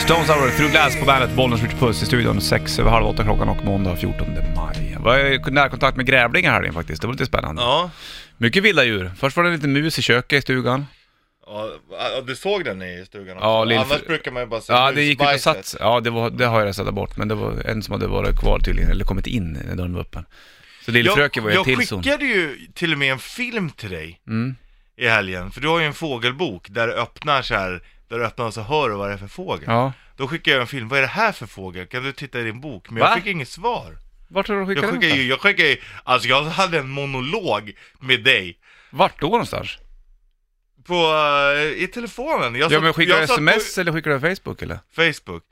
Stones Hour, Through Glass på bandet, Bollnäs Ritchie Puss i studion. Sex över halv åtta klockan och måndag 14 maj. Var i närkontakt med grävlingar här faktiskt, det var lite spännande. Ja. Mycket vilda djur. Först var det en liten mus i köket i stugan. Ja, ja, du såg den i stugan också? Ja, lille- Annars brukar man ju bara se Ja, det gick ut och musbajset. satt Ja, det, var, det har jag redan bort, men det var en som hade varit kvar tydligen, eller kommit in när dörren var öppen. Så lillfröken var ju en jag till zon. skickade ju till och med en film till dig Mm. i helgen, för du har ju en fågelbok där det öppnar så här, där det öppnar och så hör du vad det är för fågel. Ja. Då skickade jag en film, vad är det här för fågel? Kan du titta i din bok? Men jag Va? fick inget svar. Vart har du skickat Jag den? skickade ju, någonstans? jag skickade ju, alltså jag hade en monolog med dig. Vart då någonstans? Alltså, På, eh, i telefonen. Jag Ja, satt- men skickar du jag satt sms eller skickar du Facebook eller? På Facebook.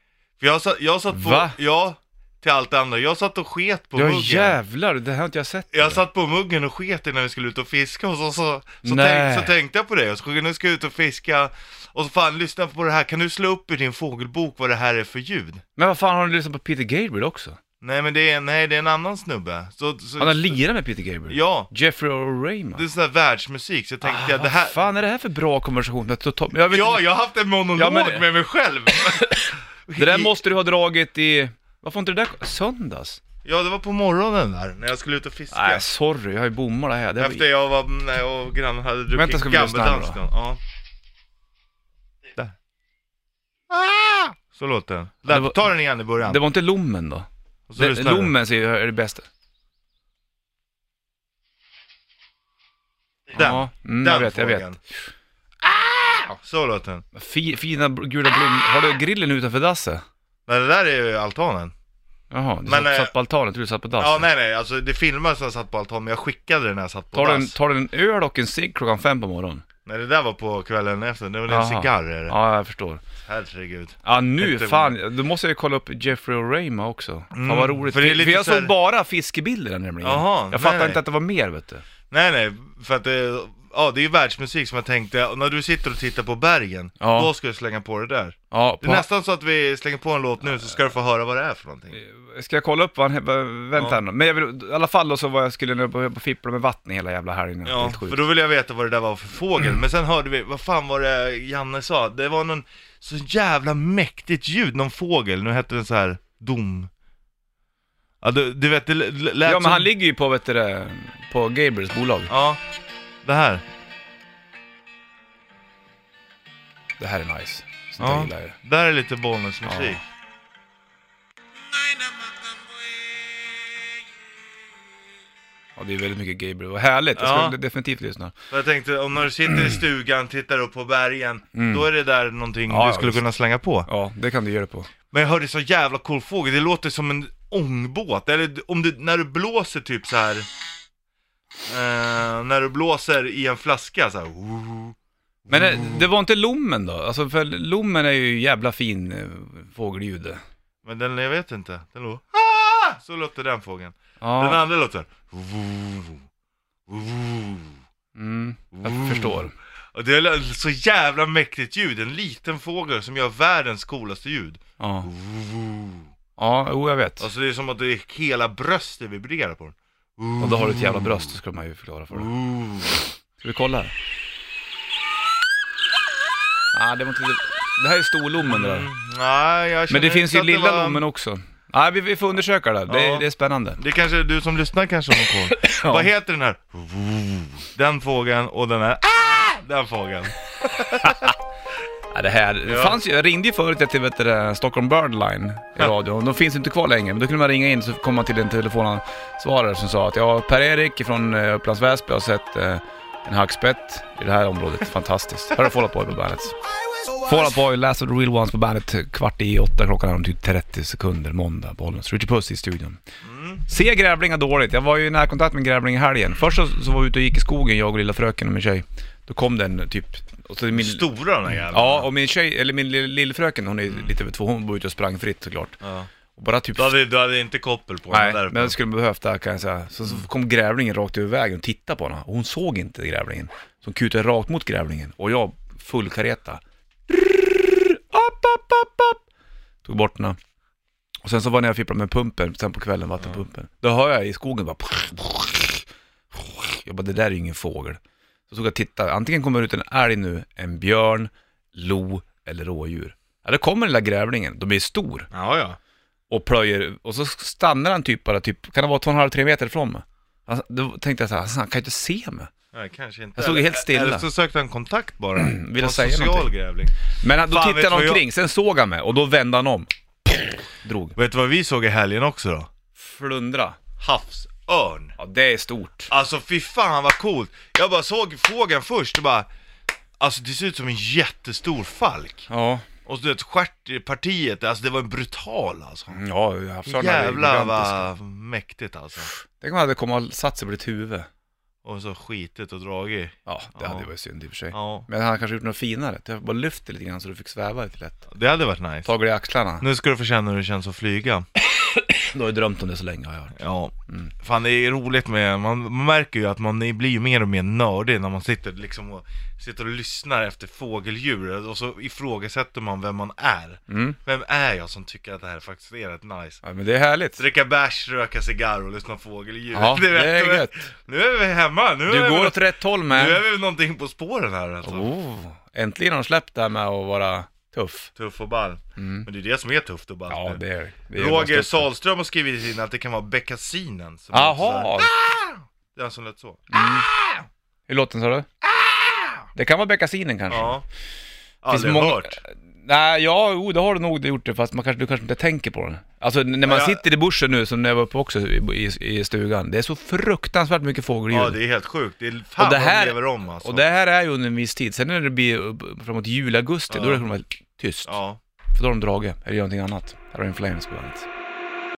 För jag satt, jag satt på, Va? ja, till allt det andra. Jag satt och sket på Ja muggen. jävlar, det här har inte jag sett. Jag satt på muggen och sket innan vi skulle ut och fiska och så, så, så, Nej. tänk, så tänkte jag på det och så skulle- nu ska jag ut och fiska och så fan lyssna på det här, kan du slå upp i din fågelbok vad det här är för ljud? Men vad fan, har du lyssnat på Peter Gabriel också? Nej men det är, nej, det är en annan snubbe. Så, så, Han har lirat med Peter Gabriel. Ja, Jeffrey O'Rayman. det är sån där världsmusik så jag tänkte Ah, jag det här... Vad fan är det här för bra konversation? Jag, to- jag vet, Ja, ja, jag har haft en monolog Ja, men- med mig själv. Det där måste du ha dragit i... Varför inte det där söndags? Ja, det var på morgonen där när jag skulle ut och fiska. Nej, sorry, jag har ju bommat det här. Det här var- Efter jag var, när jag och grannen hade druckit Vänta, ska vi lyssna här gammeldansk då? då. Ja. Där. Ah! Så låter den. Ja, det Där, var- ta den igen i början. Det var inte Lommen då? och så Det, lyssnar du. lommen säger jag är det bästa. Den. Ja, mm, den jag vet, jag vet. fågeln. Ah! Så låter den. Fi, fina br- gula blommor. Har du grillen utanför dasset? Nej, det där är ju altanen. Jaha, du Men, satt, eh, satt på altanen, du satt på dasset. Ja, nej, nej. Alltså det filmades när jag satt på altan, men jag skickade den när jag satt på tar, du en, dass. tar du en öl och en cigg klockan fem på morgonen? Nej, det där var på kvällen efter. Det var en Jaha. cigarr är det. Ja, jag förstår. Herregud. Ja nu, Inte- fan, då måste jag ju kolla upp Jeffrey O'Rayma också. Mm, Fan vad roligt. för För, det är lite för jag så här- såg bara fiskebilder där nämligen. Jaha, nej, jag fattar nej. inte att det var mer vet du. Nej, nej. För att det, ja, det är ju världsmusik som jag tänkte, och när du sitter och tittar på bergen, Ja. då ska jag slänga på det där. Ja, Det är på, nästan så att vi slänger på en låt nu så ska du få höra vad det är för någonting. Eh, Ska jag kolla upp vad han, vad- vänta Ja. här nu. Men jag vill, i alla fall då så var jag skulle nu på, på fippla med vatten hela jävla helgen. Ja, Helt sjukt. för då vill jag veta vad det där var för fågel. Men sen hörde vi, vad fan var det Janne sa? Det var någon så jävla mäktigt ljud, någon fågel. Nu hette den så här dom. Ja, du, du vet, det l- l- lät Ja men som... han ligger ju på, vet du det, på Gabriels bolag. Ja, det här. Det här är nice. Sånt där Ja, gillar jag. där är lite Bollnäsmusik. Ja, det är väldigt mycket Gabriel. Vad härligt, jag Ja. skulle definitivt lyssna. För Jag tänkte, om när du sitter i stugan, tittar upp på bergen, Mm. då är det där någonting Ja, du ja, skulle visst. kunna slänga på. Ja, det kan du göra på. Men jag hörde så jävla cool fågel, det låter som en ångbåt, eller om du, när du blåser typ så här. Eh, när du blåser i en flaska så här. "Woo." Men det, Mm. det var inte lommen då? Alltså för lommen är ju jävla fin eh, fågelljud. det. Men den, jag vet inte, den låter ah! Så låter den fågeln Den Ja, andra låter "Woo. Woo." mm, Woo. jag förstår. Och det är så jävla mäktigt ljud, en liten fågel som gör världens coolaste ljud Ja, Woo. ja jo, jag vet. Alltså det är som att det är hela bröstet vibrerar på den Och då har du ett jävla bröst, så ska man ju förklara för dig. Woo. Ska vi kolla? här? ah, det var inte... Det här är storlommen det där. Nej, Mm. jag Men känner det finns ju inte att lilla var- lommen också. Nej, vi, vi får undersöka det. Det, Ja. är- det är spännande. Det kanske är du som lyssnar kanske har någon koll. Ja. Vad heter den här? Den fågeln och den här. Ah! Den fågeln. Ja, det här, det Ja. fanns ju, jag ringde ju förut till vet du, det, Stockholm Birdline i Ja. radio. De finns inte kvar längre, men då kunde man ringa in så kom man till en telefonsvarare som sa att ja, Per-Erik från eh, Upplands Väsby har sett eh, en hackspett i det här området. Fantastiskt. Här har Fall Out Boy på bandet. Fall Out Boy, Last of the Real Ones på bandet. Kvart i åtta klockan är om typ 30 sekunder, måndag, Bollnäs. Richie Puss i studion. Mm. Se grävlingar dåligt. Jag var ju i närkontakt med en grävling i helgen. Först så, så var vi ute och gick i skogen, jag och lilla fröken och min tjej. Då kom den typ... Och så min, Stora den här jäveln. Ja, och min tjej, eller min lill- lillfröken, hon är lite över två, hon var ute och sprang fritt såklart. Ja. Och bara typ... Du, hade, du hade inte koppel på Nej, den där. men jag skulle behövt det här, kan jag säga. Så, så kom grävlingen rakt över vägen och tittade på henne. Och hon såg inte grävlingen. Så hon kutade rakt mot grävlingen. Och jag, full kareta. Rrrr, Upp, upp, upp, upp. Tog bort henne. Och sen så var jag nere och fipplade med pumpen, sen på kvällen, vattenpumpen. Då hör jag i skogen bara... Jag bara, det där är ju ingen fågel. Så såg jag titta, antingen kommer det ut en älg nu, en björn, lo eller rådjur. Ja, då kommer den lilla grävlingen, de är stor, Ja, ja. och plöjer, och så stannar han typ bara, typ, kan det vara 2,5-3 meter ifrån mig? Han, då tänkte jag så här, alltså, han kan ju inte se mig. Nej, kanske inte. Jag stod ju helt stilla. Eller så sökte han kontakt bara. Vill Han jag säga social någonting? grävling. Men han, då Fan, tittade vet han vad jag- omkring, sen såg han mig, och då vände han om. Drog. Vet du vad vi såg i helgen också då? Flundra. Havsörn. Ja, det är stort. Alltså fy fan vad coolt. Jag bara såg fågeln först och bara... Alltså det ser ut som en jättestor falk. Ja. Och du vet stjärtpartiet, alltså det var en brutal alltså. Ja, havsörnar är Jävlar gigantiska. vad mäktigt alltså. Tänk om han hade kommit och satt sig på ditt huvud. Och så skitigt och dragigt. Ja, det Ja. hade ju varit synd i och för sig. Ja, Men han kanske gjort något finare. Jag bara lyft det lite grann så du fick sväva lite lätt. det hade varit nice. Tagit dig i axlarna. Nu ska du få känna hur det känns att flyga. Du har ju drömt om det så länge har jag hört. Ja, Mm. fan det är roligt med, man man märker ju att man blir ju mer och mer nördig när man sitter liksom och sitter och lyssnar efter fågeldjur och så ifrågasätter man vem man är. Mm. Vem är jag som tycker att det här faktiskt är rätt nice? Ja, men det är härligt. Dricka bärs, röka cigarr och lyssna på fågeldjur. Ja, det vet du. är gött. Nu är vi hemma, nu Du är, går vi, åt rätt håll nu med. är vi någonting på spåren här alltså. Oh, äntligen har de släppt det här med att vara tuff. Tuff och ball. Men det är det som är tufft och ballt Mm. Ja, nu. det är det. Är Roger något stort. Sahlström har skrivit in att det kan vara Beckasinen som låter så här. Jaha! Ah! Mm. Det är han som lät så. Hur låter den sa du? Det kan vara beckasinen kanske. Ah! Ja. Finns Aldrig många- hört. Nej, ja, jo, det har du nog gjort det, fast man kanske, du kanske inte tänker på den. Alltså n- när man Ja, jag- sitter i bushen nu, som när jag var uppe också i, i, i stugan, det är så fruktansvärt mycket fågelljud. Ja, det är helt sjukt. Det är fan Och det vad här- de lever om alltså. Och det här är ju under en viss tid, sen när det blir upp- framåt jul, augusti, Ja. då är det kommer vara tyst. Ja. För då har de dragit, eller gör någonting annat. Här har du en Flames på bandet.